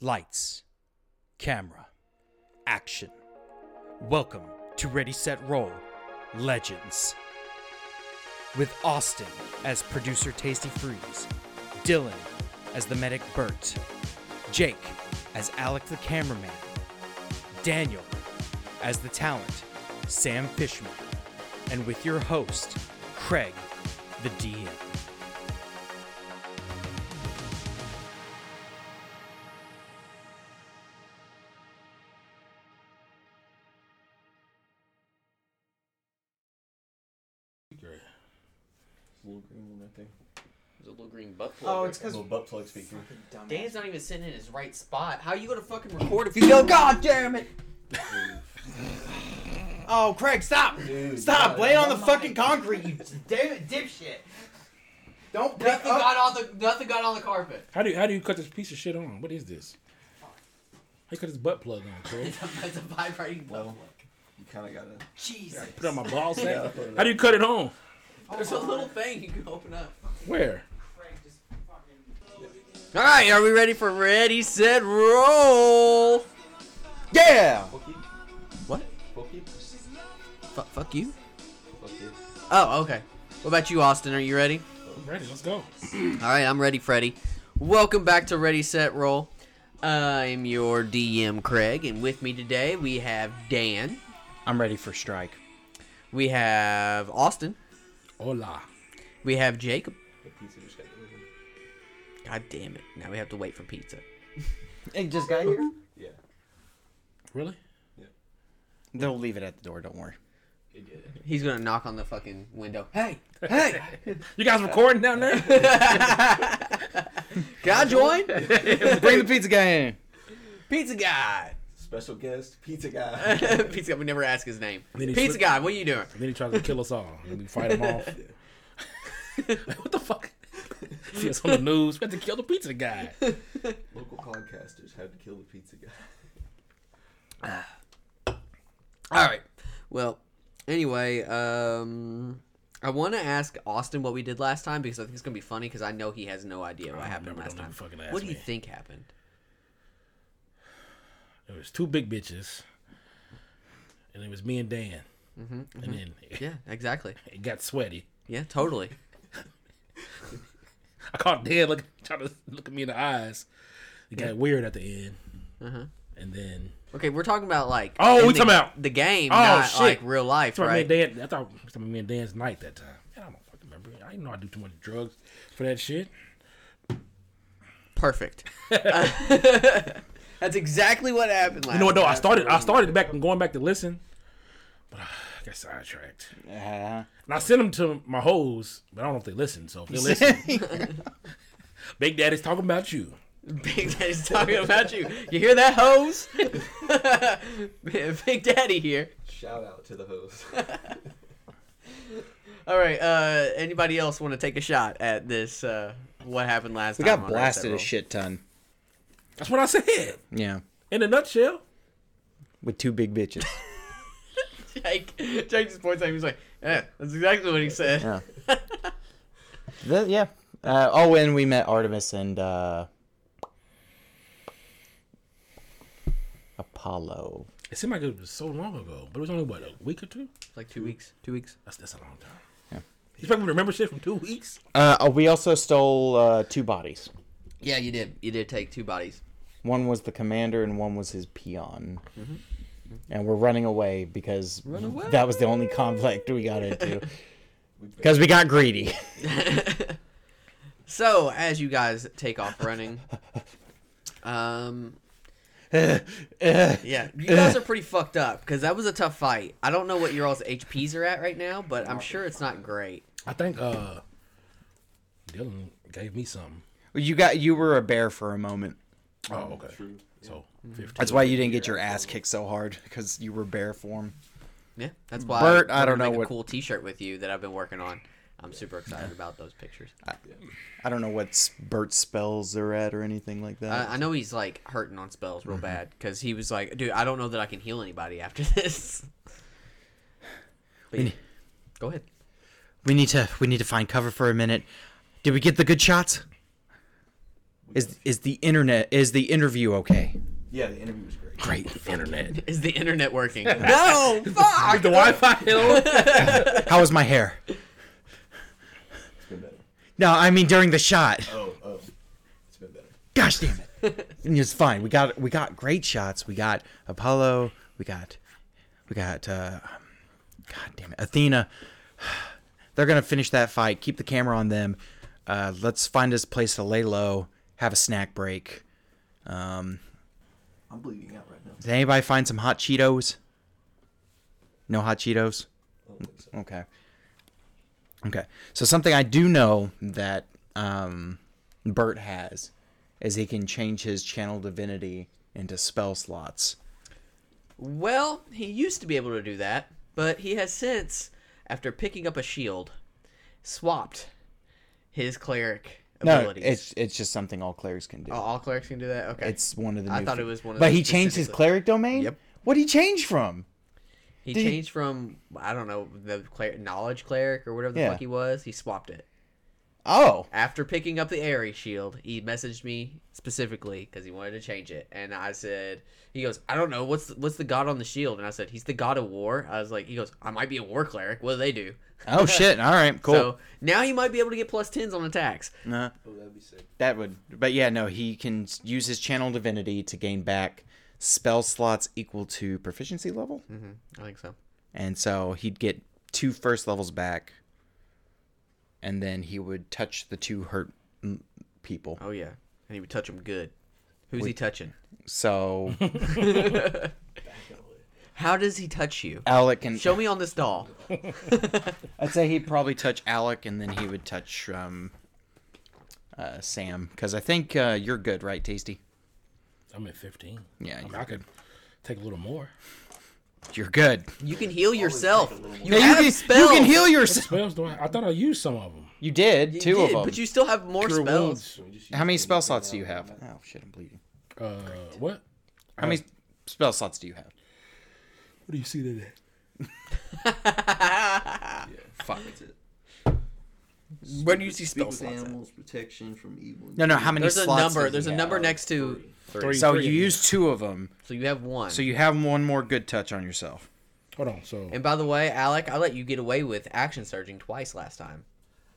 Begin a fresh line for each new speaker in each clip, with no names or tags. Lights, camera, action. Welcome to Ready Set Roll Legends. With Austin as producer Tasty Freeze, Dylan as the medic Bert, Jake as Alec the cameraman, Daniel as the talent Sam Fishman, and with your host Craig the DM.
Great.
Little green one, I think.
There's a little green butt plug.
Oh,
right
it's because
Little butt plug speaker.
Oh,
Dan's not even sitting in his right spot. How you gonna fucking record if you go? God damn it!
Oh, Craig, stop!
Dude,
stop!
God,
Lay it on the
my-
fucking concrete, you oh. damn it, dipshit! Don't pick
Nothing
up.
got on the nothing got on the carpet.
How do you, how do you cut this piece of shit on? What is this? How you cut this butt plug on, Craig?
It's a, it's a vibrating butt plug.
Well, you kind of gotta.
Jesus!
Put it on my ball
Yeah,
sack.
put it
How do you cut it on?
There's a little thing you can open up.
Where?
All right, are we ready for ready, set, roll?
Yeah!
Fuck you.
What?
Fuck you.
F- fuck you.
Fuck you.
Oh, okay. What about you, Austin? Are you ready?
I'm ready. Let's go.
All right, I'm ready, Freddy. Welcome back to Ready, Set, Roll. I'm your DM, Craig, and with me today we have Dan,
I'm ready for strike.
we have Austin,
Hola.
we have Jacob.
The pizza just got delivered.
God damn it. Now we have to wait for pizza.
It just got here?
Yeah.
Really?
They'll leave it at the door, don't worry.
It did.
He's gonna knock on the fucking window. Hey!
Hey!
You guys recording down there?
Can I join?
Bring the pizza guy in.
Pizza guy!
Special guest, pizza guy.
pizza guy, we never ask his name.
then he
Pizza
slipped-
guy, what are you doing?
then he tries to kill us all. And we fight him off. what the fuck? See us on the news. We have to kill the pizza guy.
Local podcasters had to kill the pizza guy.
Alright. Well, anyway, um. I want to ask Austin what we did last time because I think it's gonna be funny because I know he has no idea what happened
never-
last
don't
time.
even fucking ask
What do you
me.
think happened?
It was two big bitches. And it was me and Dan.
Mm-hmm,
And then it,
Yeah, exactly.
it got sweaty.
Yeah, totally.
I caught Dan look, trying to look at me in the eyes. It got weird at the end.
Uh-huh.
And then
Okay, we're talking about like
Oh,
in
we
the,
talking about-
the game,
Oh,
not
shit.
like real life,
That's right.
right?
Me and Dan, I thought it was me and Dan's night that time. Man, I don't fucking remember. I didn't know I do too much drugs for that shit.
Perfect. that's exactly what happened last.
You know what? No, I started. I started back and going back to listen, but uh, I got sidetracked.
Uh,
And I sent them to my hoes, but I don't know if they listen. So if they listen, Big Daddy's talking about you.
Big Daddy's talking about you. You hear that, hose? Big Daddy here.
Shout out to the host.
All right. Uh, anybody else want to take a shot at this? Uh, what happened last
we
time?
got
on Reset
blasted a
Roll?
shit ton.
That's what I said.
Yeah.
In a nutshell,
With two big bitches.
Jake, Jake just points at me. He's like, "Yeah, that's exactly what he said."
Yeah. The- yeah. Uh, oh, and we met Artemis and uh, Apollo.
it seemed like it was so long ago, but it was only what a week or two.
Like two weeks. Two weeks.
That's that's a long time.
Yeah.
You expect me to remember shit from two weeks?
Uh, oh, we also stole uh, two bodies.
Yeah, you did. You did take two bodies.
One was the commander and one was his peon. And we're running away because that was the only conflict we got into. Because we got greedy.
So, as you guys take off running, um, yeah, you guys are pretty fucked up because that was a tough fight. I don't know what your all's HPs are at right now, but I'm sure it's not great.
I think uh, Dylan gave me something.
You got you were a bear for a moment.
Oh, okay.
True.
So fifteen.
That's why you didn't get your ass kicked so hard because you were bear form.
Yeah, that's why.
Bert, I
wanted to
don't know
make
what-
a cool T-shirt with you that I've been working on. I'm super excited about those pictures. I,
I don't know what s- Bert spells they're at or anything like that. Mm-hmm.
I know he's like hurting on spells real bad because he was like, "Dude, I don't know that I can heal anybody after this." But yeah. Go ahead.
we need to we need to find cover for a minute. Did we get the good shots? Is is the internet is the interview okay?
Yeah, the interview was great.
Great internet.
Is the internet working? no,
Is
fuck.
the Wi-Fi on?
How is my hair?
It's been better.
No, I mean during the shot.
Oh, oh, it's been better.
Gosh damn it. it's fine. We got we got great shots. We got Apollo. We got we got uh um, God damn it. Athena. They're gonna finish that fight. Keep the camera on them. Uh let's find us a place to lay low, have a snack break.
I'm bleeding out right now.
Did anybody find some hot Cheetos? No hot Cheetos?
I don't think so.
Okay. Okay. So something I do know that um, Bert has is he can change his channel divinity into spell slots.
Well, he used to be able to do that, but he has since, after picking up a shield, swapped his cleric
No,
abilities.
it's it's just something all clerics can do.
Oh, all clerics can do that. Okay.
It's one of the.
I
new
thought
fe-
it was one of
But
those
he changed his
specifically.
cleric domain.
Yep.
What did he change from?
he
did he-
changed from I don't know the cler- knowledge cleric or whatever the
Yeah.
fuck he was. He swapped it.
Oh,
After picking up the airy shield, he messaged me specifically because he wanted to change it, and I said, "He goes, I don't know what's the, what's the god on the shield," and I said, "He's the god of war." I was like, "He goes, I might be a war cleric. What do they do?"
oh shit! All right, cool.
So now he might be able to get plus tens on attacks.
Nah,
Oh, that'd be sick.
that would. But yeah, no, he can s- use his channel divinity to gain back spell slots equal to proficiency level.
Mm-hmm. I think so.
And so he'd get two first levels back, and then he would touch the two hurt mm, people.
Oh yeah, and he would touch him good. Who's he touching?
So
How does he touch you?
Alec and
Show me on this doll.
I'd say he'd probably touch Alec, and then he would touch um, uh, Sam because I think uh, you're good, right, Tasty?
I'm at 15.
Yeah,
I, mean,
you're
I could take a little more.
You're good.
You can heal yourself. You
Yeah,
have
you, can, you
spells.
can heal
What
yourself.
spells do I? I thought I used some of them.
You did
You
two
did,
of them.
but you still have more
Cure
spells.
wounds.
How many spell slots do you have? Oh shit, I'm bleeding.
Uh, what?
How many spell slots do you have?
What do you see today?
Fuck. That's it.
When do you see
Speak
spell
with
slots? at?
animals, protection from evil. and
No, no. How many
There's a
slots?
number.
does
There's
he
a
have?
number next to.
Three.
So
three
you
of them.
use two of them.
So you have one.
So you have one more good touch on yourself.
Hold on. So
and by the way, Alec, I let you get away with action surging twice last time.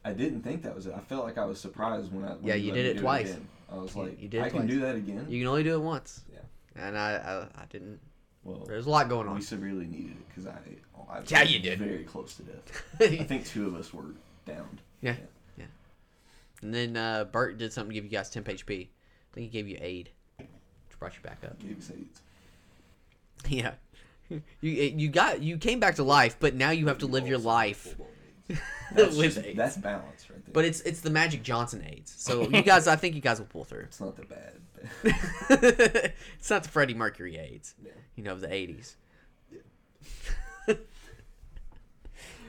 I didn't think that was it. I felt like I was surprised when I. When
Yeah, you
let
did
me
it
do
twice.
again. I was
You-
like,
you did it
I can
twice.
do that again.
You can only do it once.
Yeah.
And I, I, I didn't.
well,
There's a lot going
we
on.
severely needed it because I, I. was
Yeah, you did.
Very close to death. I
yeah.
think two of us were downed.
Yeah. And then uh, Bert did something to give you guys temp HP. I think he gave you aid, which brought you back up.
Gave us AIDS.
Yeah. You you got you came back to life, but now you have to live your life.
That's,
With
just,
AIDS.
that's balance right there.
But it's it's the Magic Johnson aids. So you guys, I think you guys will pull through.
it's not the bad.
it's not the Freddie Mercury AIDS.
Yeah.
You know, of the 80s.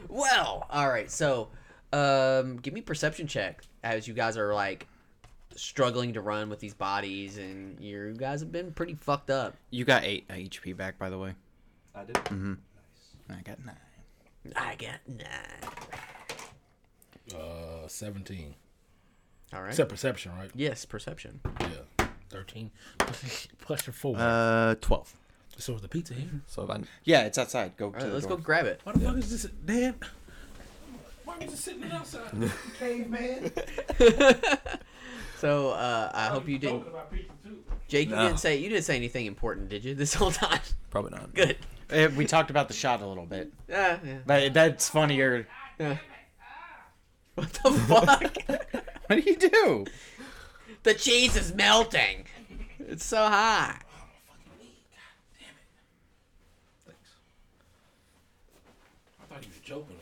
well, all right. So, um, give me perception check as you guys are like struggling to run with these bodies and you guys have been pretty fucked up.
You got eight HP back, by the way.
I did.
I got nine.
I got nine.
uh, 17.
All right.
Except perception, right?
yes, perception.
Yeah. 13. Plus- Plus your four.
Uh, twelve.
so is the pizza here?
So if I,
Yeah, it's outside. Go
All
to
right,
the
let's
door.
go grab it.
Why the fuck is this dead? Why was it sitting outside? Caveman.
So, uh, I hope you didn't.
Oh.
Jake, you
No.
didn't say you didn't say anything important, did you? This whole time.
probably not.
Good.
Eh, we talked about the shot a little bit,
Yeah, yeah.
but that's funnier.
Yeah. What the fuck?
What do you do?
the cheese is melting. It's so hot.
I thought you were joking.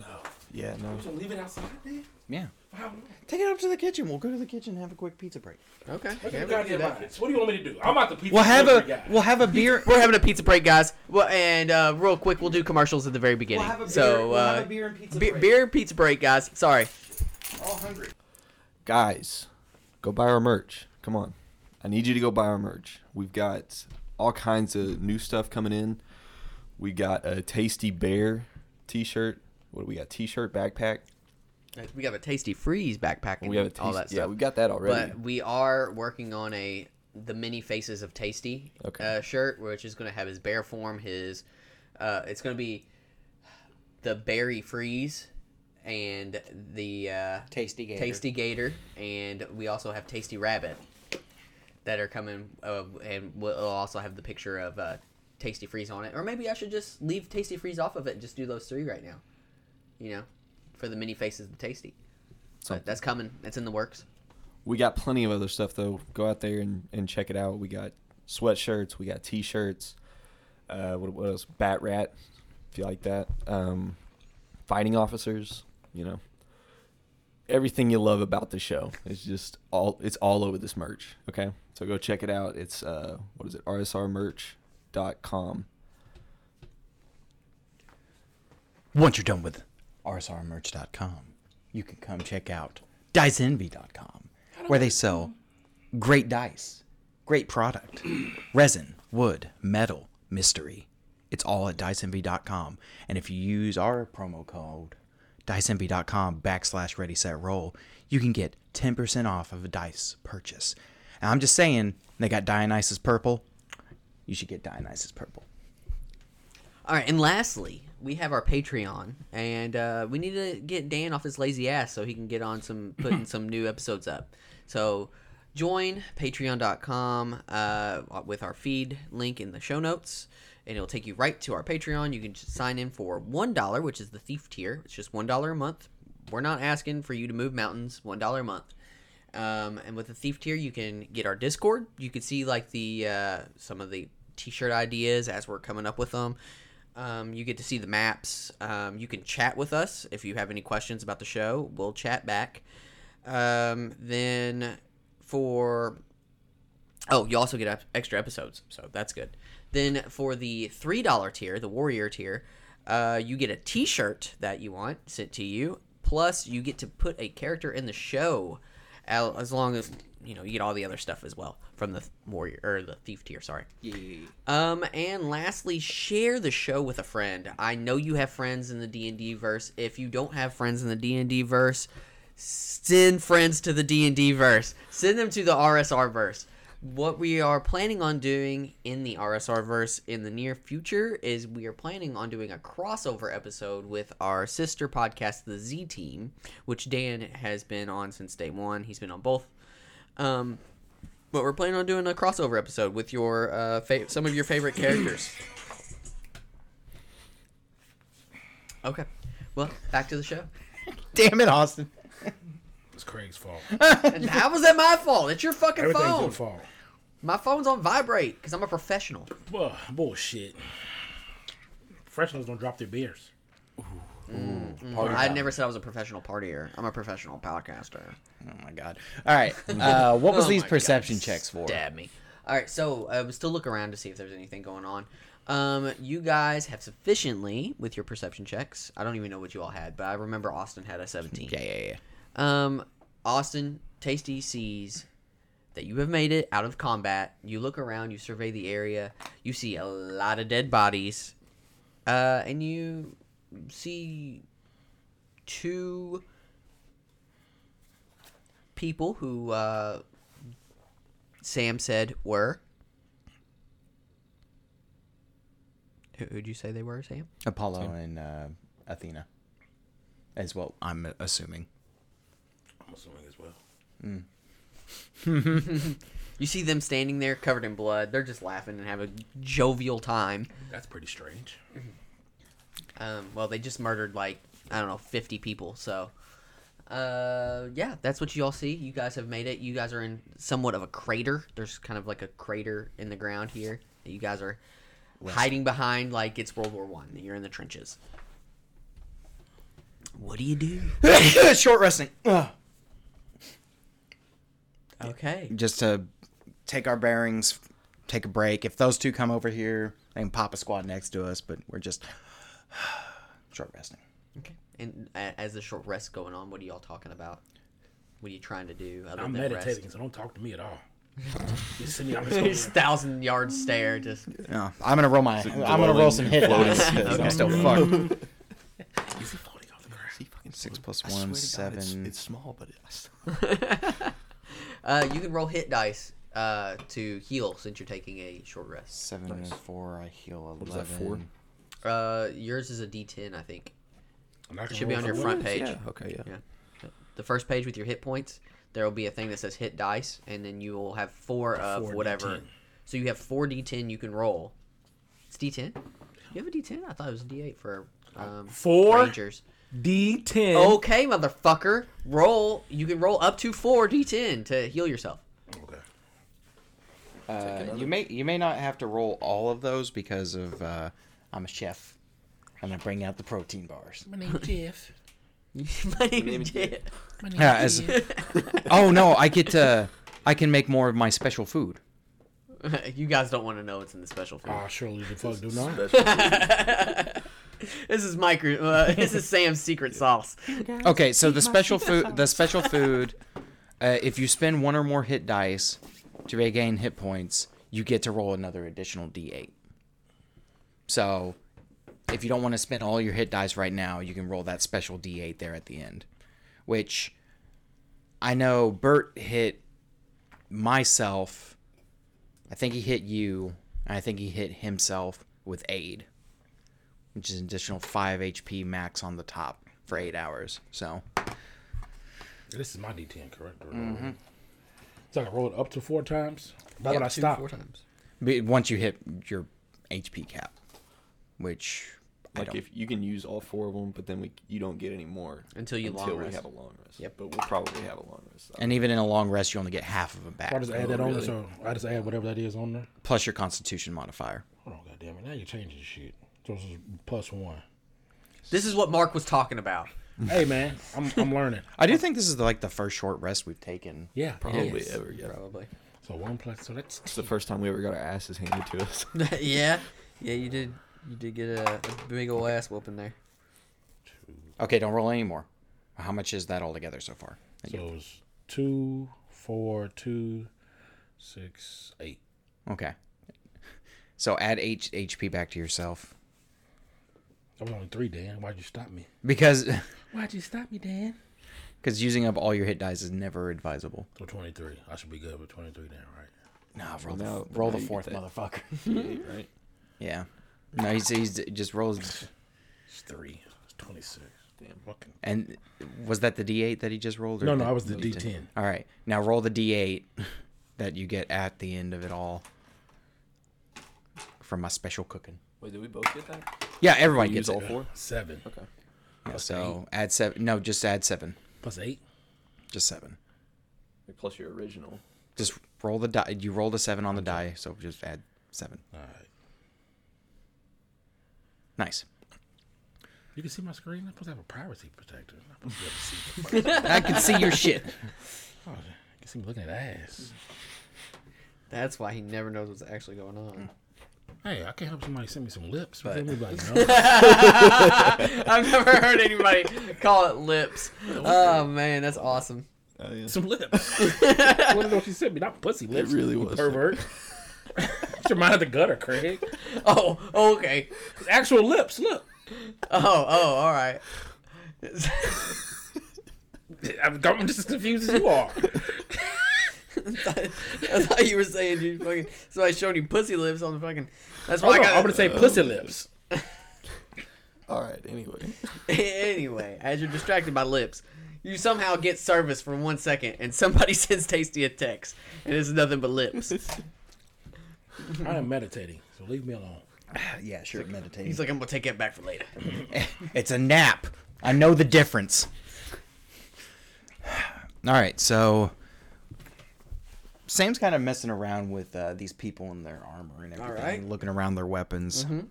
No.
Yeah, no.
So leave it outside then?
Yeah.
For how long?
Take it up to the kitchen. We'll go to the kitchen and have a quick pizza break.
Okay.
Look at the goddamn buckets. What do you want me to do? I'm out the pizza
We'll have
delivery
a
guy.
we'll have a beer.
We're having a pizza break, guys. Well, and uh, real quick, we'll do commercials at the very beginning. so, uh,
beer and pizza
be- beer and pizza break, guys. Sorry.
All hungry.
guys, go buy our merch. Come on. I need you to go buy our merch. We've got all kinds of new stuff coming in. We got a Tasty Bear t shirt. What do we got? T shirt, backpack.
Like, We got a tasty freeze backpack and
We have a
all
taste-
that stuff.
Yeah, we got that already.
but we are working on a the mini faces of tasty
Okay.
uh, shirt which is going to have his bear form his uh, it's going to be the berry freeze and the uh,
Tasty gator.
tasty gator and we also have tasty rabbit that are coming uh, and we'll also have the picture of uh, tasty freeze on it or maybe i should just leave tasty freeze off of it and just do those three right now you know for the mini faces of tasty so
Something.
that's coming that's in the works
We got plenty of other stuff though. Go out there and, and check it out. We got sweatshirts, we got t-shirts. Uh, what, what else? Bat rat, if you like that. Um, fighting officers, you know. Everything you love about the show is just all it's all over this merch. Okay, so go check it out. It's uh, what is it? rsrmerch.com.
Once you're done with rsrmerch.com, you can come check out diceenvy.com, where they sell great dice, great product, resin, wood, metal, mystery. It's all at diceenvy.com. And if you use our promo code, diceenvy.com backslash ready set roll, you can get 10% off of a dice purchase. And I'm just saying, they got Dionysus Purple. You should get Dionysus Purple.
All right, and lastly, we have our Patreon, and uh, we need to get Dan off his lazy ass so he can get on some putting some new episodes up. So join patreon.com uh, with our feed link in the show notes, and it'll take you right to our Patreon. You can just sign in for one dollar, which is the thief tier. It's just one dollar a month. We're not asking for you to move mountains. One dollar a month. Um, and with the thief tier, you can get our Discord. You can see like the uh, some of the t-shirt ideas as we're coming up with them. Um, you get to see the maps. Um, you can chat with us if you have any questions about the show. We'll chat back. Um, then for Oh, you also get ep- extra episodes, so that's good. Then for the three dollar tier, the warrior tier, uh, you get a T-shirt that you want sent to you. Plus, you get to put a character in the show, al- as long as you know you get all the other stuff as well from the th- warrior or the thief tier. Sorry. Um, and lastly, share the show with a friend. I know you have friends in the D and D verse. If you don't have friends in the D and D verse, send friends to the D and D verse. Send them to the RSR verse. What we are planning on doing in the RSR verse in the near future is we are planning on doing a crossover episode with our sister podcast, the Z Team, which Dan has been on since day one. He's been on both. Um, but we're planning on doing a crossover episode with your uh, fa- some of your favorite characters. Okay, well, back to the show.
Damn it, Austin.
It's Craig's fault.
And how was that my fault? It's your fucking
Everything's
phone.
your fault.
My phone's on vibrate because I'm a professional.
Bull, bullshit. Professionals don't drop their beers.
I never said I was a professional partier. I'm a professional podcaster.
Oh my god. All right. Uh, what was
Oh
these
my God,
perception checks for?
Stab me. All right, so I was still look around to see if there's anything going on. Um, you guys have sufficiently with your perception checks. I don't even know what you all had, but I remember Austin had a 17.
Yeah, yeah, yeah.
Um, Austin, Tasty sees that you have made it out of combat. You look around, you survey the area, you see a lot of dead bodies, uh, and you see two people who uh, Sam said were. Who- Who'd you say they were, Sam?
Apollo and uh, Athena, as well. I'm assuming.
I'm assuming as well.
You see them standing there covered in blood. They're just laughing and having a jovial time.
That's pretty strange.
Um, well, they just murdered like I don't know, fifty people. So, uh, yeah, that's what you all see. You guys have made it. You guys are in somewhat of a crater. There's kind of like a crater in the ground here. that You guys are hiding behind like it's World War One. You're in the trenches. What do you do?
Short resting. Ugh.
Okay.
Just to take our bearings, take a break. If those two come over here, they can pop a squad next to us. But we're just short resting.
Okay. And a- as the short rest going on, what are y'all talking about? What are you trying to do other
I'm
than
meditating,
rest?
so don't talk to me at all. you see me, I'm just over
Just
here.
thousand yard stare. Just
Yeah, I'm gonna roll my. I'm gonna roll some hit dice. 'cause I'm still fucked.
You see floating off the ground.
He fucking
Six plus
I
one,
swear to God,
seven.
it's- it's, small, but it, I still-
Uh, you can roll hit dice uh, to heal since you're taking a short rest.
Seven and a four. I heal eleven.
was that, four?
Uh, yours is a D10, I think.
And I can
Should be
roll
on your
for what?
front page.
Yeah. Okay. Yeah.
Yeah. The first page with your hit points, there will be a thing that says hit dice, and then you will have four of
Four
whatever.
D10.
So you have four D10 you can roll. It's D10? You have a D10? I thought it was a D8 for um,
Four?
Rangers.
D10.
Okay, motherfucker. Roll. You can roll up to four D10 to heal yourself.
Okay.
Uh, you may you may not have to roll all of those because of uh, I'm a chef. I'm gonna bring out the protein bars.
My name's Jeff.
My name is Jay.
My name's
Yeah, as-
Jeff.
oh no, I get to I can make more of my special food.
you guys don't want to know what's in the special food.
Ah, surely the fuck do not.
This is micro. Uh, this is Sam's secret sauce.
Okay, so the special food the special food, uh, if you spend one or more hit dice to regain hit points, you get to roll another additional D8. So, if you don't want to spend all your hit dice right now, you can roll that special D8 there at the end, which I know Bert hit myself. I think he hit you. And I think he hit himself with aid, which is an additional 5 HP max on the top for 8 hours. So,
This is my D10, correct? So I can roll it up to four times. Why would I stop?
Four times.
But once you hit your HP cap, which I
Like
don't.
if you can use all four of them, but then we you don't get any more
Until you long
until we
rest.
have a long rest.
Yep.
But we'll probably have a long rest.
and even in a long rest, you only get half of them back,
Why does I add that on there? So I just add whatever that is on there.
plus your Constitution modifier.
Hold on, goddamn it! Now you're changing shit. So this is plus one.
This is what Mark was talking about.
hey man, I'm, I'm learning.
I do think this is like the first short rest we've taken.
Yeah.
probably ever. Yeah.
Probably.
So one plus. So that's
It's the first time we ever got our asses handed to us.
yeah. Yeah, you did. You did get a, a big ol' ass whooping there.
Okay, don't roll anymore. How much is that altogether so far?
so it's two, four, two, six, eight.
Okay. So add H- HP back to yourself
That was only three, Dan. Why'd you stop me?
because
Why'd you stop me, Dan?
because using up all your hit dice is never advisable.
So twenty three. I should be good with twenty three, Dan. Right?
Nah, roll the,
No,
f- roll
no,
the
you get
fourth,
that.
motherfucker.
right.
Yeah. No, he's, he's just rolls
It's three. It's twenty six. Damn. Fucking.
And was that the D8 that he just rolled?
No, no,
the
I was the D10.
All right, now roll the D8 that you get at the end of it all from my special cooking.
Wait, did we both get that?
Yeah, everybody
Like
gets
use all
it.
four?
Seven
Okay.
Yeah, so add seven. No, just add seven.
plus eight.
Just seven.
Like, Plus your original.
Just roll the die. You rolled a seven on the die, so just add seven.
All right.
Nice.
You can see my screen. I'm supposed to have a privacy protector. I'm not supposed to be able to see. my-
I can see your shit.
oh, you can see me looking at ass.
That's why he never knows what's actually going
Mm.
on.
Hey, I can't help somebody send me some lips. But...
I've never heard anybody call it lips. Oh man, that's awesome.
Oh, yeah.
some lips. I want to know what you sent me. Not pussy lips.
really
you
was.
Pervert. Get your mind out the gutter, Craig.
Oh, okay.
It's actual lips. Look.
Oh, oh, all right.
I'm, I'm just as confused as you are.
I thought you were saying you fucking somebody showing you pussy lips on the fucking. That's
Oh,
why I
no,
got.
I'm going to say pussy lips.
All right. Anyway.
anyway, as you're distracted by lips, you somehow get service for one second, and somebody sends Tasty a text, and it's nothing but lips.
I am meditating, so leave me alone.
yeah, sure. Meditating.
He's like, I'm gonna take that back for later.
It's a nap. I know the difference. All right, so Sam's kind of messing around with uh, these people in their armor and everything,
right.
looking around their weapons. Hmm.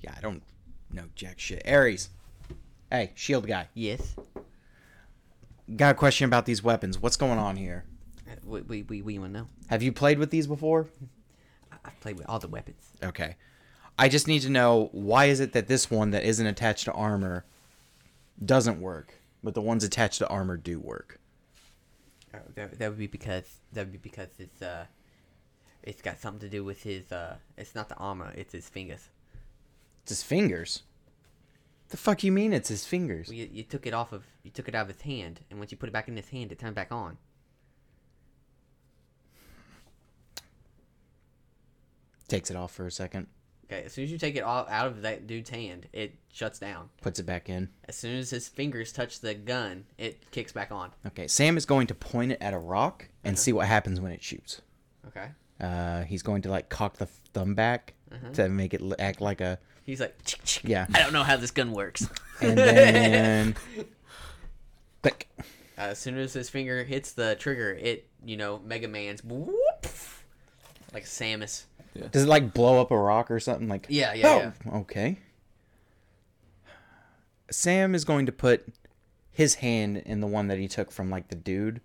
yeah, I don't know jack shit. Ares, hey, shield guy,
Yes.
got a question about these weapons. What's going on here?
Uh, We we we, we wanna know.
Have you played with these before?
I've played with all the weapons.
Okay. I just need to know why is it that this one that isn't attached to armor doesn't work, but the ones attached to armor do work.
Uh, That, that would be because that would be because it's uh, it's got something to do with his uh, it's not the armor, it's his fingers.
It's his fingers. The fuck you mean? It's his fingers.
Well, you, you took it off of you took it out of his hand, and once you put it back in his hand, it turned back on.
Takes it off for a second,
Okay, as soon as you take it all out of that dude's hand, it shuts down.
puts it back in.
As soon as his fingers touch the gun, it kicks back on.
Okay, Sam is going to point it at a rock and see what happens when it shoots.
Okay.
Uh, he's going to like cock the thumb back to make it l- act like a
He's like, "Chick, chick,
yeah,
I don't know how this gun works.
and then click.
as soon as his finger hits the trigger, it you know Mega Man's whoop, like Samus.
Does it like blow up a rock or something? Like
Yeah, yeah,
"Oh, okay. Sam is going to put his hand in the one that he took from like the dude,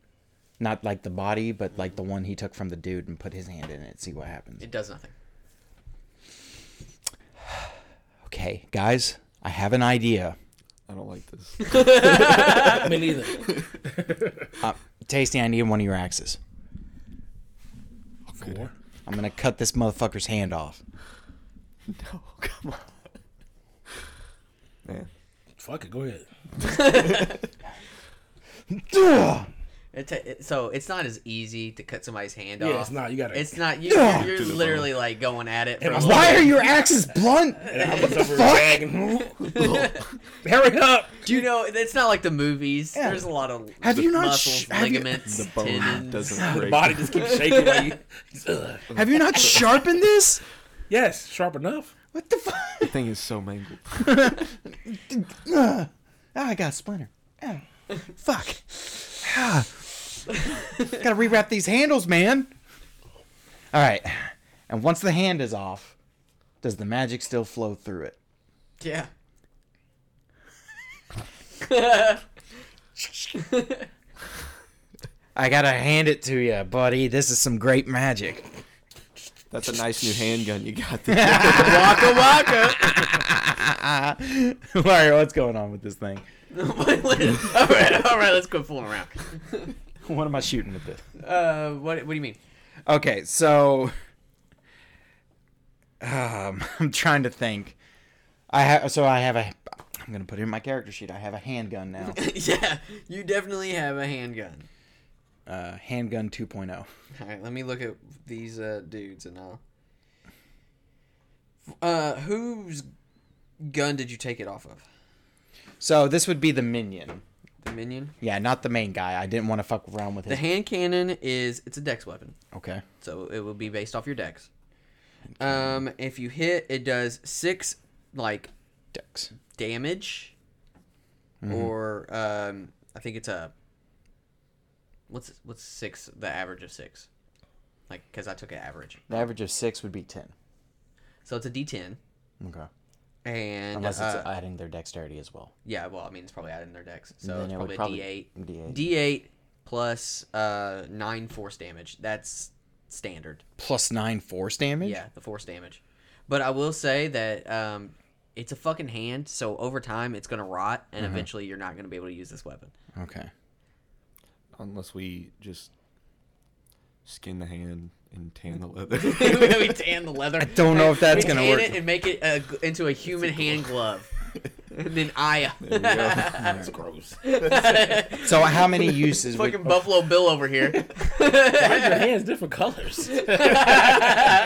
not like the body, but like the one he took from the dude, and put his hand in it. See what happens.
It does nothing.
Okay, guys, I have an idea.
I don't like this.
Me neither.
Uh, Tasty, I need one of your axes.
Four.
I'm gonna cut this motherfucker's hand off.
no, come on. Man,
Fuck it. Go ahead.
It ta- it- so it's not as easy to cut somebody's hand off.
Yeah, it's not. You gotta.
It's not. You, are you're literally like going at it. For a little
Why
bit.
are your axes blunt?
what the Hurry up!
You know, it's not like the movies.
Yeah.
There's a lot of
Have
the
you not
muscles,
sh- have you-
ligaments,
the bone
tendons.
doesn't
The
break.
body just keeps shaking. Like you, he's, ugh.
Have you not sharpened this?
Yes, sharp enough.
What the fuck?
The thing is so mangled.
Ah, I got a splinter. Ah, fuck. Ah. Gotta rewrap these handles, man. All right. And once the hand is off, does the magic still flow through it?
Yeah.
I gotta hand it to you, buddy. This is some great magic.
That's a nice new handgun you got there.
waka waka. Mario, what's going on with this thing?
all right, all right. Let's quit fooling around.
What am I shooting at this?
Uh, what? What do you mean?
Okay, so um, I'm trying to think. I have so I have a. I'm gonna put it in my character sheet. I have a handgun now.
yeah, you definitely have a handgun.
uh, handgun oh. 2.0.
All right, let me look at these uh, dudes and I'll. Uh, whose gun did you take it off of?
So this would be the minion.
The minion.
Yeah, not the main guy. I didn't want to fuck around with
The
his.
hand cannon is it's a dex weapon,
okay.
so it will be based off your dex. Um, if you hit, it does six like
Dex.
damage,
Mm-hmm.
or um, I think it's a. What's what's six? The average of six, like because I took an average,
The average of six would be ten.
so it's a D10,
Okay.
and
Unless it's
uh,
adding their dexterity as well.
Yeah, well, I mean, it's probably added in their decks, so
Then
it's
it would
probably,
probably-
a
D8.
D8. D8 plus uh, 9 force damage. That's standard.
Plus nine force damage.
Yeah, the force damage. But I will say that um, it's a fucking hand, so over time it's going to rot, and
Mm-hmm.
eventually you're not going to be able to use this weapon.
Okay.
Unless we just skin the hand and tan the leather.
we tan the leather. I
don't know if that's gonna work.
it and make it uh, g- into a human hand glove. and then I.
That's gross.
So how many uses? would-
fucking Buffalo Bill over here.
Why is your hands different colors?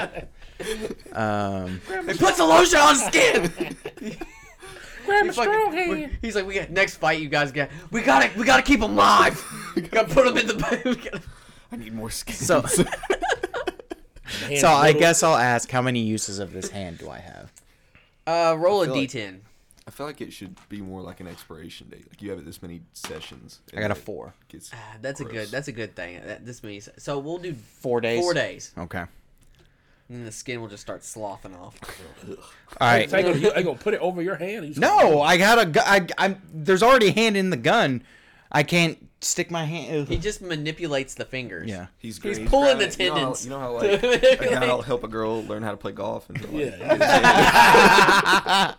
um.
He puts a lotion on his skin.
Grab a
He's like,
strong
we-
hand.
He's like, we got next fight. You guys got. We gotta. We gotta keep him live. we gotta put him in the. we gotta-
I need more skin.
So, so
Hands
I
little.
guess I'll ask how many uses of this hand do I have?
Uh, roll a
feel like-
d10.
I feel like it should be more like an expiration date. Like you have it this many sessions.
I got a four.
Ah, that's a good. That's a good thing. That, this means so we'll do
Four days.
four days,
Okay.
and then the skin will just start sloughing off.
All right.
So I gonna, you, I gonna put it over your hand? Or you just gonna-
No, I got a gu- I, I'm there's already a hand in the gun. I can't stick my hand.
He just manipulates the fingers.
yeah.
He's,
He's
great.
pulling
grabbing-
the
you know how-
tendons.
You know how, like a guy will help a girl learn how to play golf and
Yeah.
like,
you just-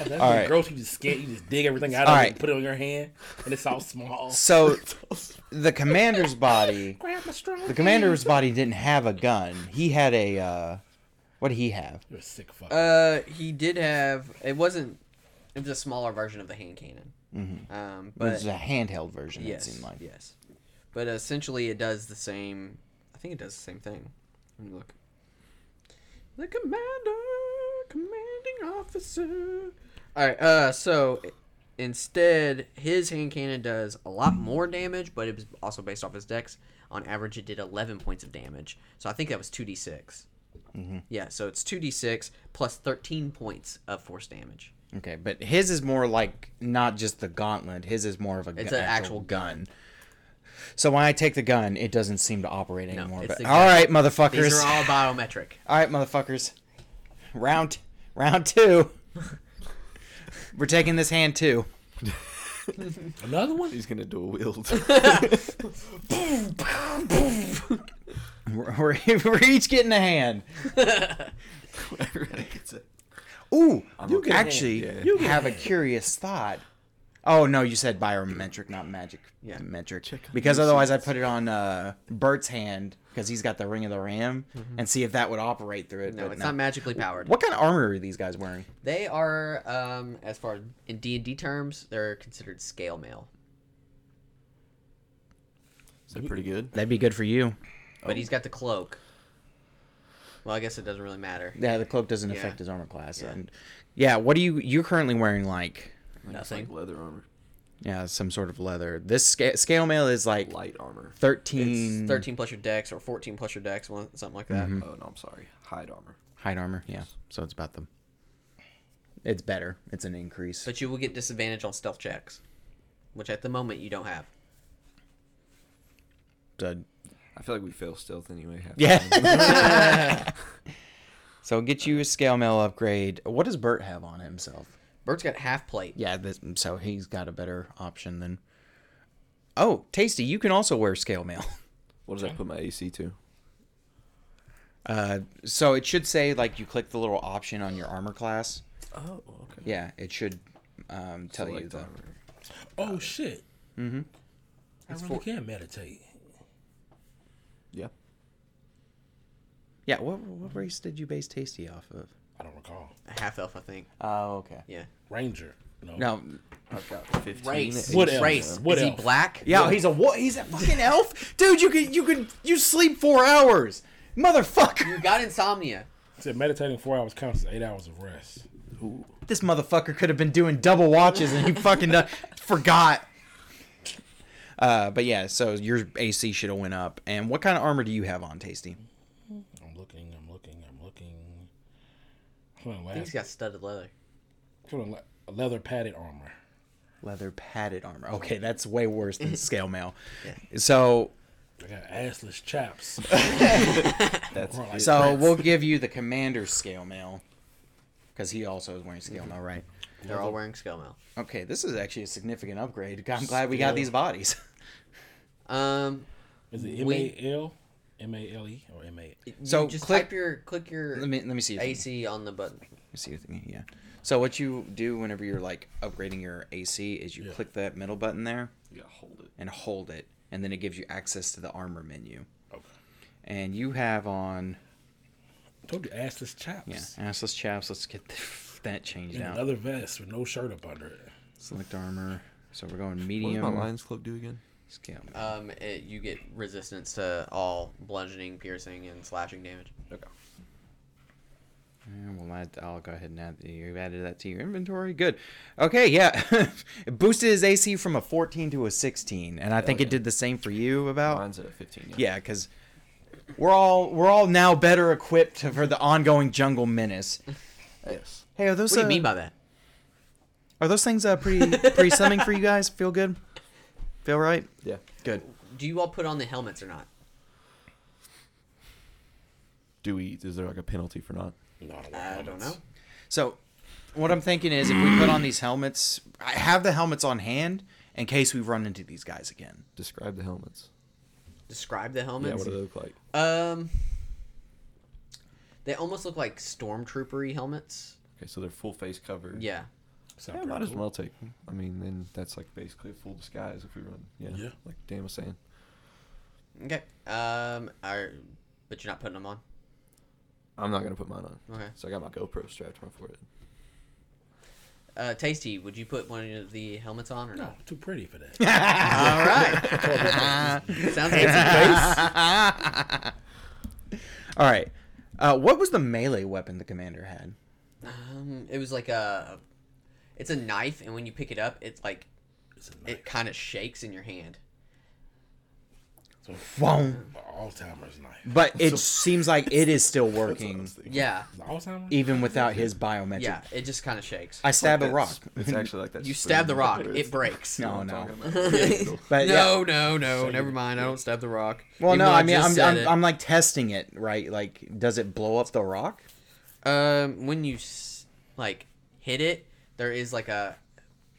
That's
All
all
right.
right. Gross. You just skin. You just dig everything out
All
of it.
right.
and Put it on your hand, and it's all small.
So the commander's body,
Grab a strong.
the commander's body didn't have a gun. He had a uh what did he have?
You're a sick fuck.
Uh, he did have. It wasn't It was a smaller version of the hand cannon. Mm-hmm. Um,
But
but
it's a handheld version.
yes,
It seemed like.
yes. But essentially, it does the same. I think it does the same thing. Let me look. The commander, commanding officer. All right. Uh, so instead, his hand cannon does a lot more damage, but it was also based off his dex. On average, it did 11 points of damage. So I think that was 2d6. Yeah, so it's 2d6 plus 13 points of force damage.
Okay, but his is more like not just the gauntlet. His is more of a.
It's
gu-
an actual gun.
So when I take the gun, it doesn't seem to operate
No,
anymore.
it's
but
the
all
gun.
right, motherfuckers.
These are all biometric.
All right, motherfuckers. Round round two. We're taking this hand too.
Another one?
He's gonna dual wield.
We're, we're, we're each getting a hand.
Everybody gets it.
Ooh,
I'm
you
okay.
actually
Yeah.
you have a curious thought. Oh no, you said biometric, not magic.
Yeah.
metric.
Check on
because
your
otherwise, I put it on uh, Bert's hand because he's got the ring of the ram,
Mm-hmm.
and see if that would operate through it.
Uh, No,
but
it's not magically powered.
What kind of armor are these guys wearing?
They are, um, as far as in D and D terms, they're considered scale mail.
Is that pretty good?
That'd be good for you.
But
Oh.
he's got the cloak. Well, I guess it doesn't really matter.
Yeah, the cloak doesn't
Yeah.
affect his armor class.
Yeah.
And yeah, what are you? You're currently wearing like
Nothing.
Like leather armor,
yeah, some sort of leather. This sca- scale mail is like
light armor.
thirteen.
It's 13 plus your dex or 14 plus your dex, one something like that.
Mm-hmm.
Oh no, I'm sorry. Hide armor.
hide armor. Yeah, so it's about the. It's better. It's an increase.
But you will get disadvantage on stealth checks, which at the moment you don't have.
So-
I feel like we fail stealth anyway. half the time.
yeah. so get you a scale mail upgrade. What does Bert have on himself?
Bert's got half plate.
Yeah, this, so he's got a better option than. Oh, Tasty, you can also wear scale mail.
What does that put my AC to?
Uh, so it should say like you click the little option on your armor class.
Oh, okay.
Yeah, it should um, tell you the.
armor.
Oh, shit. Mm-hmm. I really
four-
can meditate.
Yeah.
Yeah, what what race did you base Tasty off of?
I don't recall.
A half elf, I think.
Oh, okay.
Yeah.
Ranger. No.
No,
I've got 15.
Race.
What elf?
Race.
What
Is he
elf?
black?
yeah, he's a what? He's a fucking elf, dude. You could you could you sleep four hours, motherfucker.
You got insomnia.
It said meditating four hours counts as eight hours of rest.
This motherfucker could have been doing double watches and he fucking done, forgot. Uh, but yeah, so your AC should have went up. And what kind of armor do you have on, Tasty?
I'm looking, I'm looking, I'm looking. Hold on,
I think he's
last,
got studded leather.
hold on, le- leather padded armor.
Leather padded armor. Okay, that's way worse than scale mail. So
I got assless chaps.
That's
Or like-
So we'll give you the commander's scale mail because he also is wearing scale mail, right?
They're all wearing scale mail.
Okay, this is actually a significant upgrade. I'm glad we got these bodies.
Um,
Is it M
We-
A L? M A L E or M A?
So
you just
click-
type your click your
Let me let me see. Your thing.
AC on the button.
Let me see your thing. Yeah. So what you do whenever you're like upgrading your AC is you
Yeah.
click that middle button there
Yeah, hold it.
and hold it, and then it gives you access to the armor menu.
Okay.
And you have on
told you assless chaps.
yeah assless chaps. Let's get that changed
And
out.
Another vest with no shirt up under it.
Select armor. So we're going
What does my
medium
Lions Club do again?
scale. mail.
Um, it, you get resistance to all bludgeoning, piercing, and slashing damage.
Okay.
And we'll add, I'll go ahead and add you've added that to your inventory. Good. Okay, yeah. it boosted his AC from a 14 to a 16, and I think it did the same for you about.
Mine's at 15.
Yeah, because we're all we're all now better equipped for the ongoing jungle menace.
Yes.
Hey, are those
What do you
uh,
mean by that?
are those things uh, pretty pretty slimming for you guys? Feel good? Feel right?
Yeah.
Good.
Do you all put on the helmets or not?
Do we? Is there like a penalty for not?
No, I don't, want
I don't
helmets.
know.
So, what I'm thinking is if we put on these helmets, I have the helmets on hand in case we run into these guys again.
Describe the helmets.
Describe the
Yeah,
helmets.
what do they look like?
um, they almost look like stormtroopery helmets.
Okay, so they're full face cover.
Yeah,
Sound
Yeah,
pretty
might as
cool.
well take them. I mean, then that's like basically a full disguise if we run. Yeah.
Yeah.
Like Dan was saying.
Okay. Um, are but you're not putting them on.
I'm not going to put mine on.
Okay.
So I got my GoPro strapped to my forehead.
Uh, Tasty, would you put one of the helmets on or
No,
not?
too pretty for that.
All right. Sounds good.
All right. Uh, what was the melee weapon the commander had?
Um, it was like a, it's a knife, and when you pick it up, it's like
It's a
it
knife.
kind of shakes in your hand.
So,
Whoa.
the Alzheimer's knife.
But it seems like it is still working,
Yeah,
The Alzheimer's.
even without his biometric.
yeah, it just kind of shakes.
I stab a rock.
It's- It's actually like that.
You
spoon
stab the rock,
that
it breaks.
no, no.
no.
But yeah.
No, no, no. Never mind. I don't stab the rock.
Well,
Even
no,
though
I mean,
just
I'm,
said
I'm,
it.
I'm like testing it, right? Like, does it blow up the rock?
Um, when you s- like hit it, there is like a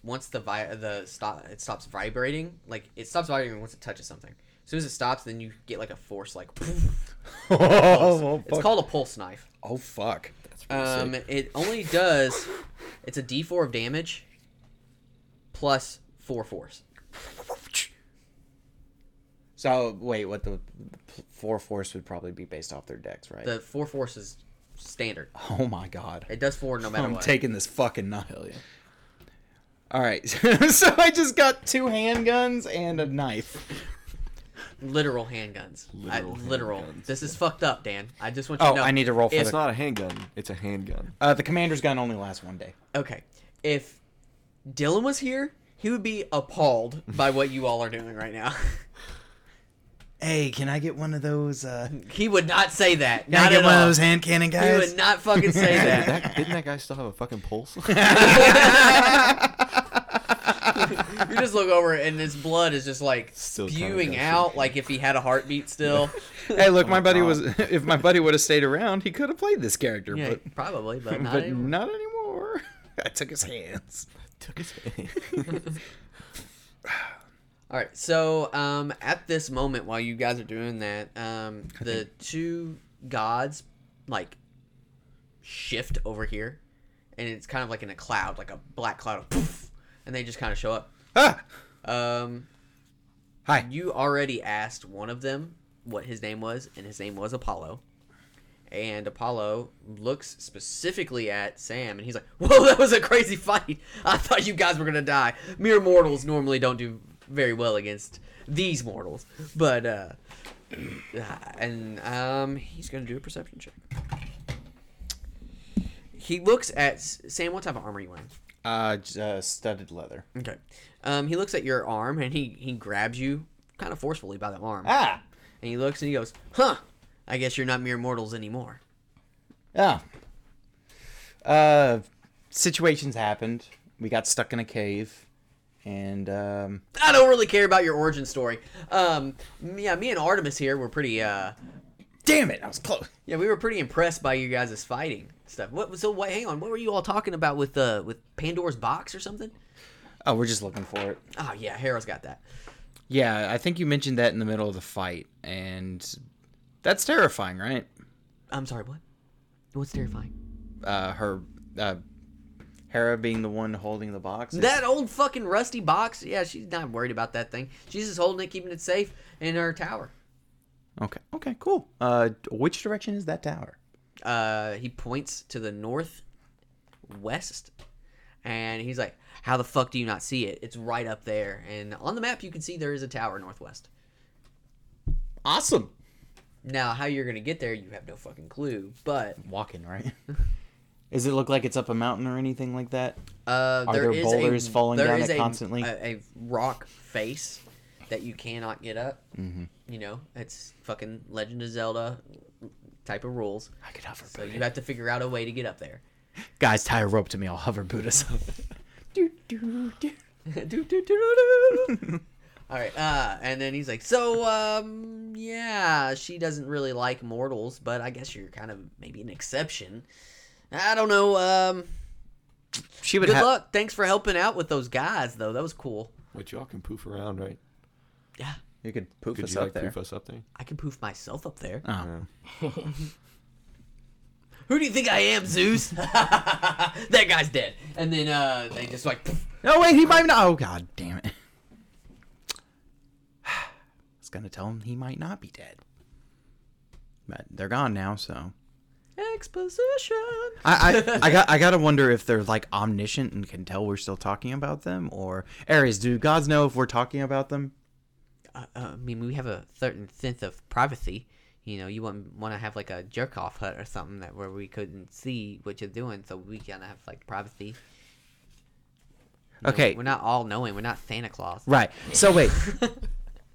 once the vi- the stop it stops vibrating. Like it stops vibrating once it touches something. As soon as it stops, then you get like a force like.
oh,
It's called a pulse knife.
Oh, fuck.
Um, it only does. It's a D4 of damage plus four force.
So, wait, what the p- four force would probably be based off their decks, right?
The four force is standard.
oh, my God.
It does four no matter
I'm
what.
taking this fucking knife. All right. so I just got two handguns and a knife.
literal handguns. Literal.
Literal
literal.
handguns,
This is fucked up, Dan. I just want you
Oh,
to know.
I need to roll for
It's
the.
not a handgun. It's a handgun.
uh, the commander's gun only lasts one day.
Okay. If Dylan was here, he would be appalled by what you all are doing right now.
Hey, can I get one of those? Uh,
he would not say that.
can I
Not
get
at
one
all.
of those hand cannon
he
guys?
would not fucking say
Did
that.
that, didn't that guy still have a fucking pulse?
you just look over and his blood is just like
Still kinda
spewing
gushing.
out, like if he had a heartbeat still.
hey, look, my buddy
Oh God.
was. If my buddy would have stayed around, he could have played this character,
yeah,
but
probably, but not.
but
anymore.
not anymore. I took his hands.
Took his hand.
All right. So, um, at this moment, while you guys are doing that, um, the two gods like shift over here, and it's kind of like in a cloud, like a black cloud of poof, and they just kind of show up.
Ah,
Um,
hi.
you already asked one of them what his name was, and his name was Apollo. And Apollo looks specifically at Sam, and he's like, "Whoa, that was a crazy fight! I thought you guys were gonna die. Mere mortals normally don't do very well against these mortals, but uh, and um, he's gonna do a perception check. He looks at Sam. What type of armor are you wearing?
Uh, j- uh, studded leather.
Okay. Um, he looks at your arm and he, he grabs you kind of forcefully by the arm.
Ah,
And he looks and he goes, Huh, I guess you're not mere mortals anymore.
Yeah. Oh. Uh, situations happened. We got stuck in a cave, and um,
I don't really care about your origin story. Um, yeah, me and Artemis here were pretty, uh,
damn it, I was close.
yeah, we were pretty impressed by you guys' fighting stuff. What, so, what, hang on, what were you all talking about with, uh, with Pandora's box or something?
Oh, we're just looking for it.
Oh, yeah, Harrow's got that.
Yeah, I think you mentioned that in the middle of the fight, and that's terrifying, right?
I'm sorry, what? What's terrifying?
Uh, her, uh, Hera being the one holding the box.
That old fucking rusty box, yeah, she's not worried about that thing. She's just holding it, keeping it safe in her tower.
Okay. Okay. Cool. Uh, which direction is that tower?
uh, he points to the northwest, and he's like, "How the fuck do you not see it? It's right up there." And on the map, you can see there is a tower northwest.
Awesome.
Now, how you're gonna get there, you have no fucking clue. But
Walking, right? Does it look like it's up a mountain or anything like that?
uh,
Are there
is
boulders
a,
falling
there
down
is
it
a-
constantly?
A, a rock face that you cannot get up. Mm-hmm. You know, it's fucking Legend of Zelda type of rules.
I could hover
So you have to figure out a way to get up there.
Guys, tie a rope to me. I'll hover boot us up.
do, do, do, do, do. All right, uh, and then he's like, "So, um, yeah, she doesn't really like mortals, but I guess you're kind of maybe an exception. I don't know. Um,
She would
good
ha-
luck. Thanks for helping out with those guys, though. That was cool.
But y'all can poof around, right?
Yeah,
You could poof
Could
us
you
up
like
there.
poof us up there?
I can poof myself up there.
Oh.
Who do you think I am, Zeus? that guy's dead. And then uh, they just like, poof.
No, wait, he might not. Oh, god damn it. I was going to tell him he might not be dead. But they're gone now, so.
Exposition.
I, I, I got I gotta wonder if they're like omniscient and can tell we're still talking about them, or Aries, do gods know if we're talking about them?
Uh, uh, I mean, we have a certain sense of privacy. You know, you wouldn't want to have like a jerk off hut or something that where we couldn't see what you're doing, so we kind of have like privacy. You know,
Okay.
we're not all knowing. We're not Santa Claus.
Right. So wait.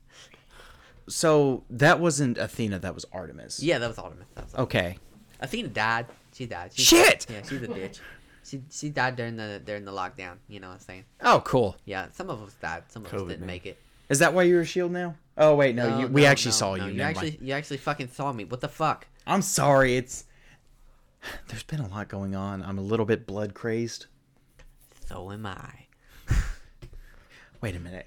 so that wasn't Athena. That was Artemis.
Yeah, that was Artemis. That was Artemis.
Okay.
Athena died. She died. She
Shit!
Yeah, she's a bitch. She she died during the during the lockdown. You know what I'm saying?
Oh, cool.
Yeah, some of us died. Some of us
COVID,
didn't
man.
make it.
Is that why you're a shield now? Oh wait, no. you, we actually
no,
saw
no,
you.
You
never
actually
mind.
you actually fucking saw me. What the fuck?
I'm sorry. It's there's been a lot going on. I'm a little bit blood crazed.
So am I.
Wait a minute.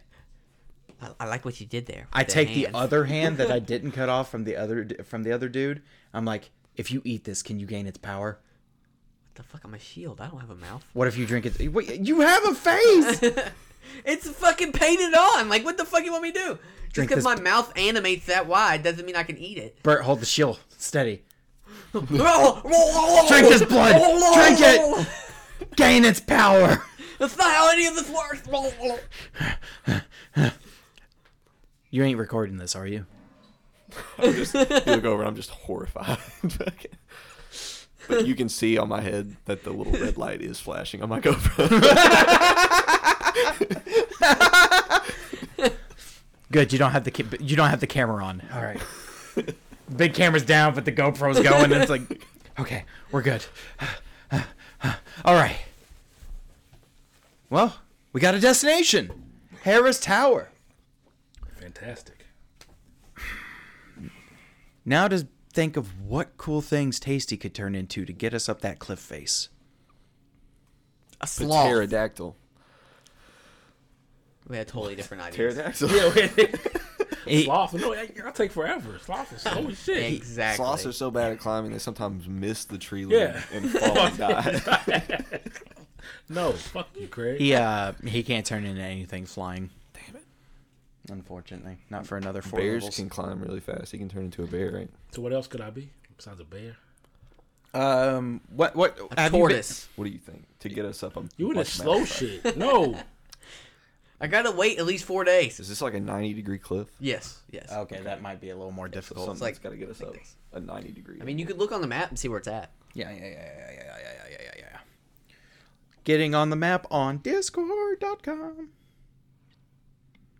I, I like what you did there. with
I
the
take the
hand.
other hand that I didn't cut off from the other from the other dude. I'm like, if you eat this, can you gain its power?
What the fuck? I'm a shield. I don't have a mouth.
What if you drink it? Wait, you have a face.
It's fucking painted on. Like, what the fuck you want me to do? Just
Drink
because
this
my
p-
mouth animates that wide doesn't mean I can eat it.
Bert, hold the shield steady.
Drink
Drink this blood. Drink it. Gain its power.
That's not how any of this works.
You ain't recording this, are you?
You look over and I'm just horrified. but you can see on my head that the little red light is flashing on my GoPro.
Good. You don't have the ca- you don't have the camera on. All right. Big camera's down, but the GoPro's going. And it's like, okay, we're good. All right. Well, we got a destination. Harris Tower.
Fantastic.
Now to think of what cool things Tasty could turn into to get us up that cliff face.
A sloth.
pterodactyl.
We had totally different ideas.
Pterodactyl.
He-
Sloth. No, I, I'll take forever. Sloth is holy shit.
Exactly.
Sloths are so bad at climbing they sometimes miss the tree limb
Yeah.
and fall and die.
No, fuck you, Craig.
he uh he can't turn into anything flying. Damn it. Unfortunately, not for another four
Bears
levels.
can climb really fast. He can turn into a bear, right?
So what else could I be besides a bear?
Um, what what
A
have you been-
tortoise.
What do you think? To get us up, I'm.
You in
like
that slow
mountain.
shit. No.
I gotta wait at least four days.
Is this like a 90 degree cliff?
Yes, yes.
okay, that might be a little more difficult.
Something's
like-
got to get us
like
up
this.
a 90 degree.
I mean, you could look on the map and see where it's at.
Yeah, yeah, yeah, yeah, yeah, yeah, yeah, yeah, yeah, yeah. Getting on the map on Discord.com.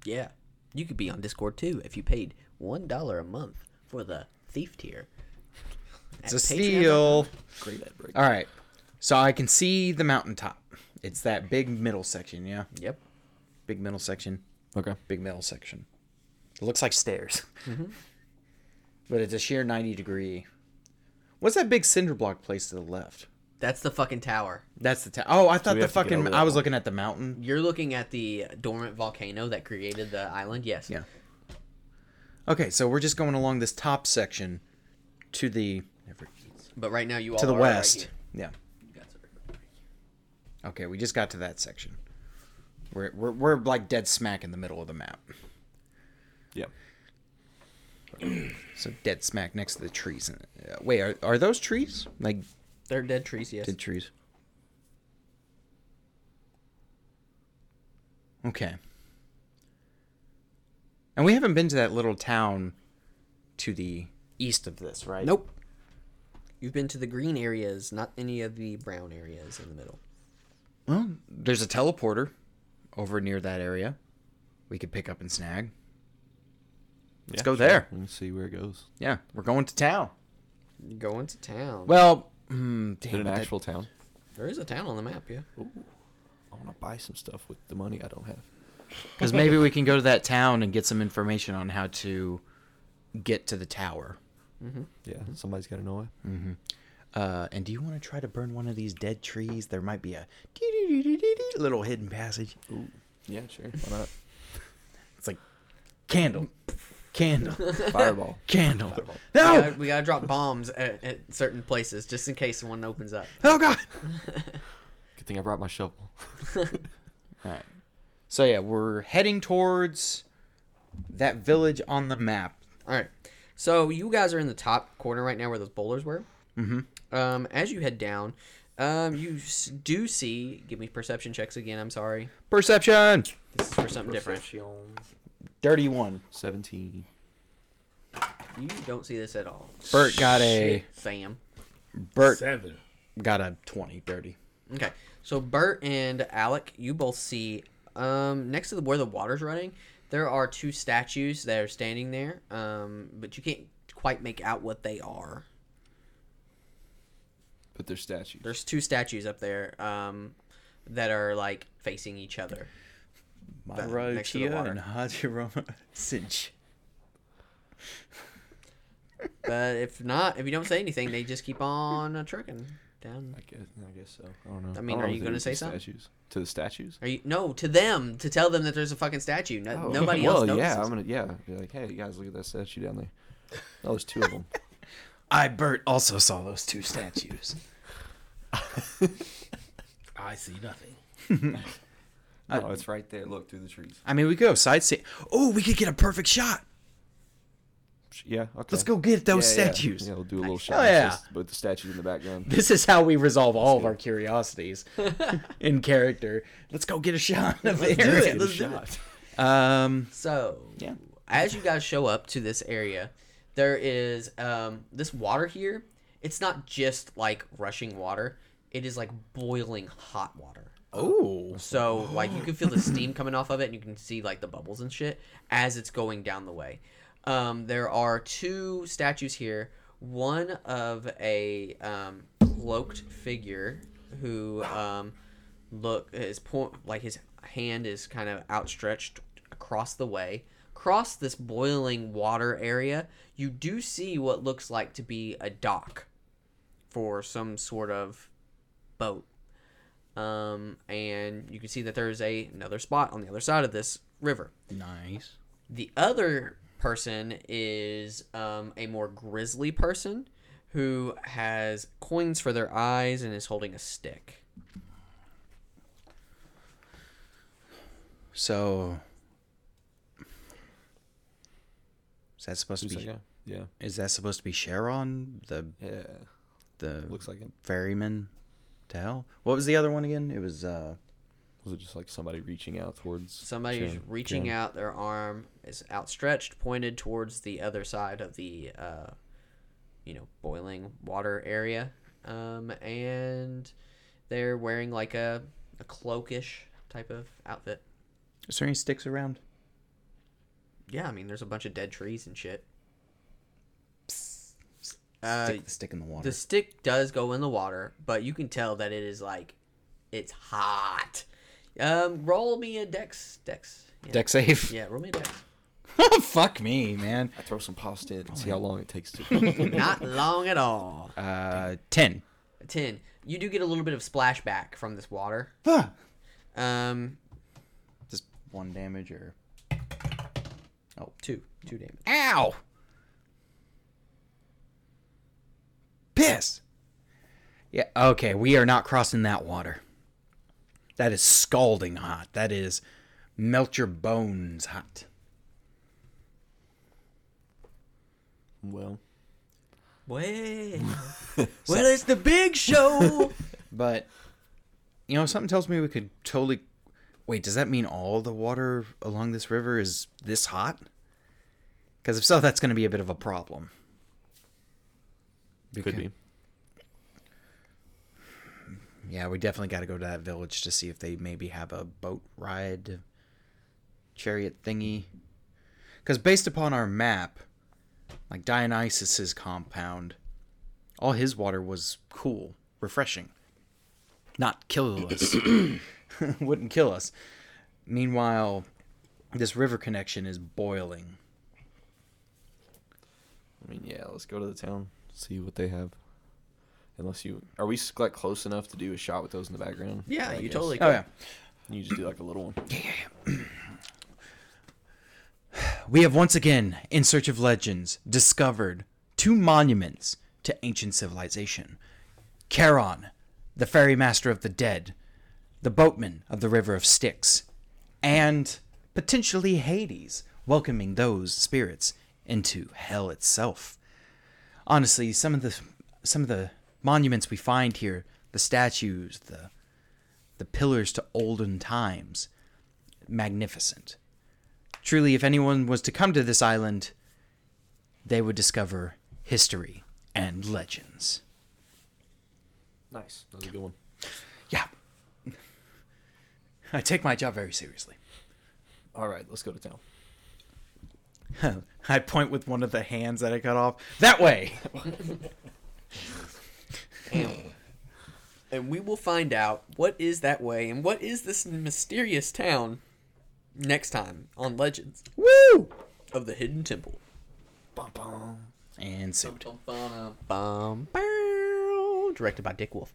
Yeah. You could be on Discord too if you paid one dollar a month for the thief tier.
It's
At
a
Patreon.
steal.
great that break.
All right, so I can see the mountaintop. It's that big middle section, yeah,
Yep.
big middle section,
Okay. Mm-hmm.
big middle section. It looks like stairs, but it's a sheer ninety degree. What's that big cinder block place to the left?
That's the fucking tower.
That's the town. Oh, I thought
we
the
have to get
fucking.
over that
I was
one.
looking at the mountain.
You're looking at the dormant volcano that created the island. Yes.
Yeah. Okay, so we're just going along this top section to the
But right now you all
to the
are right
west.
here.
yeah. Okay, we just got to that section. We're, we're we're like dead smack in the middle of the map.
Yeah.
So dead smack next to the trees. Uh, Wait, are are those trees? Like
They're dead trees. Yes.
dead trees? Okay. And we haven't been to that little town to the east of this, right?
Nope. You've been to the green areas, not any of the brown areas in the middle.
Well, there's a teleporter over near that area. We could pick up and snag. Let's go there.
Let's see where it goes.
Yeah, we're going to town.
You're going to town.
Well, hmm,
Is it
damn
an
it, that-
actual town?
there is a town on the map. Yeah.
I want to buy some stuff with the money I don't have.
Because maybe we can go to that town and get some information on how to get to the tower.
Yeah,
Mm-hmm.
somebody's got to know it.
Uh, and do you want to try to burn one of these dead trees? There might be a dee-dee-dee-dee-dee-dee little hidden passage.
Yeah, sure. Why not?
It's like candle, candle,
Fireball.
candle.
We,
No!
gotta, we gotta drop bombs at, at certain places just in case one opens up.
Oh God!
Good thing I brought my shovel.
All right. So yeah, we're heading towards that village on the map.
All right. So you guys are in the top corner right now where those boulders were. Mm-hmm. Um, as you head down, um, you s- do see. Give me perception checks again. I'm sorry.
Perception.
This is for something different.
Dirty one.
Seventeen.
You don't see this at all.
Bert got a
Sam.
Bert
Seven.
got a twenty. Dirty.
Okay. So Bert and Alec, you both see um, next to the, where the water's running, there are two statues that are standing there, um, but you can't quite make out what they are.
But they're statues.
There's two statues up there um, that are like facing each other. That- next to the water.
Hajirama Cinch.
But if not, if you don't say anything, they just keep on uh, trucking down.
I guess. I guess so. I don't know.
I mean,
don't
are
know
you
if they
gonna
were
say
to
something?
Statues to the statues.
Are you no to them to tell them that there's a fucking statue? No,
Oh,
Nobody
well,
else notices.
yeah, I'm gonna. Yeah, be like, hey guys, look at that statue down there. Oh, there's two of them.
I Bert also saw those two statues.
I see nothing.
oh, it's right there. Look through the trees.
I mean, we could go sightseeing. Oh, we could get a perfect shot.
Yeah. Okay.
Let's go get
Yeah,
those
yeah.
statues.
Yeah, we'll do a little shot.
Oh,
with
yeah.
this- With the statues in the background.
This is how we resolve all of our curiosities in character. Let's go get a shot of the
do
area.
it. Let's do it.
Um,
So,
Yeah.
as you guys show up to this area, there is um, this water here. It's not just like rushing water; it is like boiling hot water.
oh,
So, like you can feel the steam coming off of it, and you can see like the bubbles and shit as it's going down the way. Um, there are two statues here. One of a um, cloaked figure who um, look his point like his hand is kind of outstretched across the way across this boiling water area you do see what looks like to be a dock for some sort of boat um, and you can see that there's a another spot on the other side of this river
nice.
the other person is um, a more grisly person who has coins for their eyes and is holding a stick
So, is that supposed
Who's
to
that
be?
guy? Yeah.
Is that supposed to be Sharon, the
Yeah.
the
Looks like it.
ferryman? To hell. What was the other one again? It was uh.
Was it just like somebody reaching out towards?
Somebody's
Sharon?
reaching out. Their arm is outstretched, pointed towards the other side of the, uh, you know, boiling water area. Um, and they're wearing like a, a cloakish type of outfit.
Is there any sticks around?
Yeah, I mean, there's a bunch of dead trees and shit. Uh,
Stick the stick in the water.
The stick does go in the water, but you can tell that it is like, it's hot. Um, roll me a dex, dex. Yeah,
Deck safe.
yeah roll me a dex.
Fuck me, man.
I throw some pasta
Oh,
in and see how long it takes to.
Not long at all.
Uh, ten.
10 you do get a little bit of splashback from this water
Ah.
um
Just one damage or. Oh,
two two damage
Ow! Piss! Yeah, okay, we are not crossing that water. That is scalding hot. That is melt your bones hot.
well,
well well it's the big show
But, you know, something tells me we could totally. Wait, does that mean all the water along this river is this hot? Because if so, that's going to be a bit of a problem.
could be.
Yeah, we definitely got to go to that village to see if they maybe have a boat ride, chariot thingy. Because based upon our map, like Dionysus's compound, all his water was cool, refreshing, not kill us. Wouldn't kill us. Meanwhile, this river connection is boiling.
I mean, yeah. Let's go to the town. See what they have. Unless you are we s- like close enough to do a shot with those in the background?
yeah
I
you
guess.
totally
Oh yeah,
You just do like a little one.
we have once again, in search of legends, discovered two monuments to ancient civilization Charon, the ferry master of the dead, the boatman of the River of Styx, and potentially Hades, welcoming those spirits into hell itself. Honestly, some of the some of the monuments we find here, the statues, the the pillars to olden times, magnificent. Truly, if anyone was to come to this island, they would discover history and legends.
Nice. That was a good one.
Yeah. I take my job very seriously.
All right, let's go to town.
I point with one of the hands that I cut off. That way!
and we will find out what is that way and what is this mysterious town next time on Legends
Woo!
of the Hidden Temple.
Bum, bum.
And suit.
Bum, bow. Directed by Dick Wolf.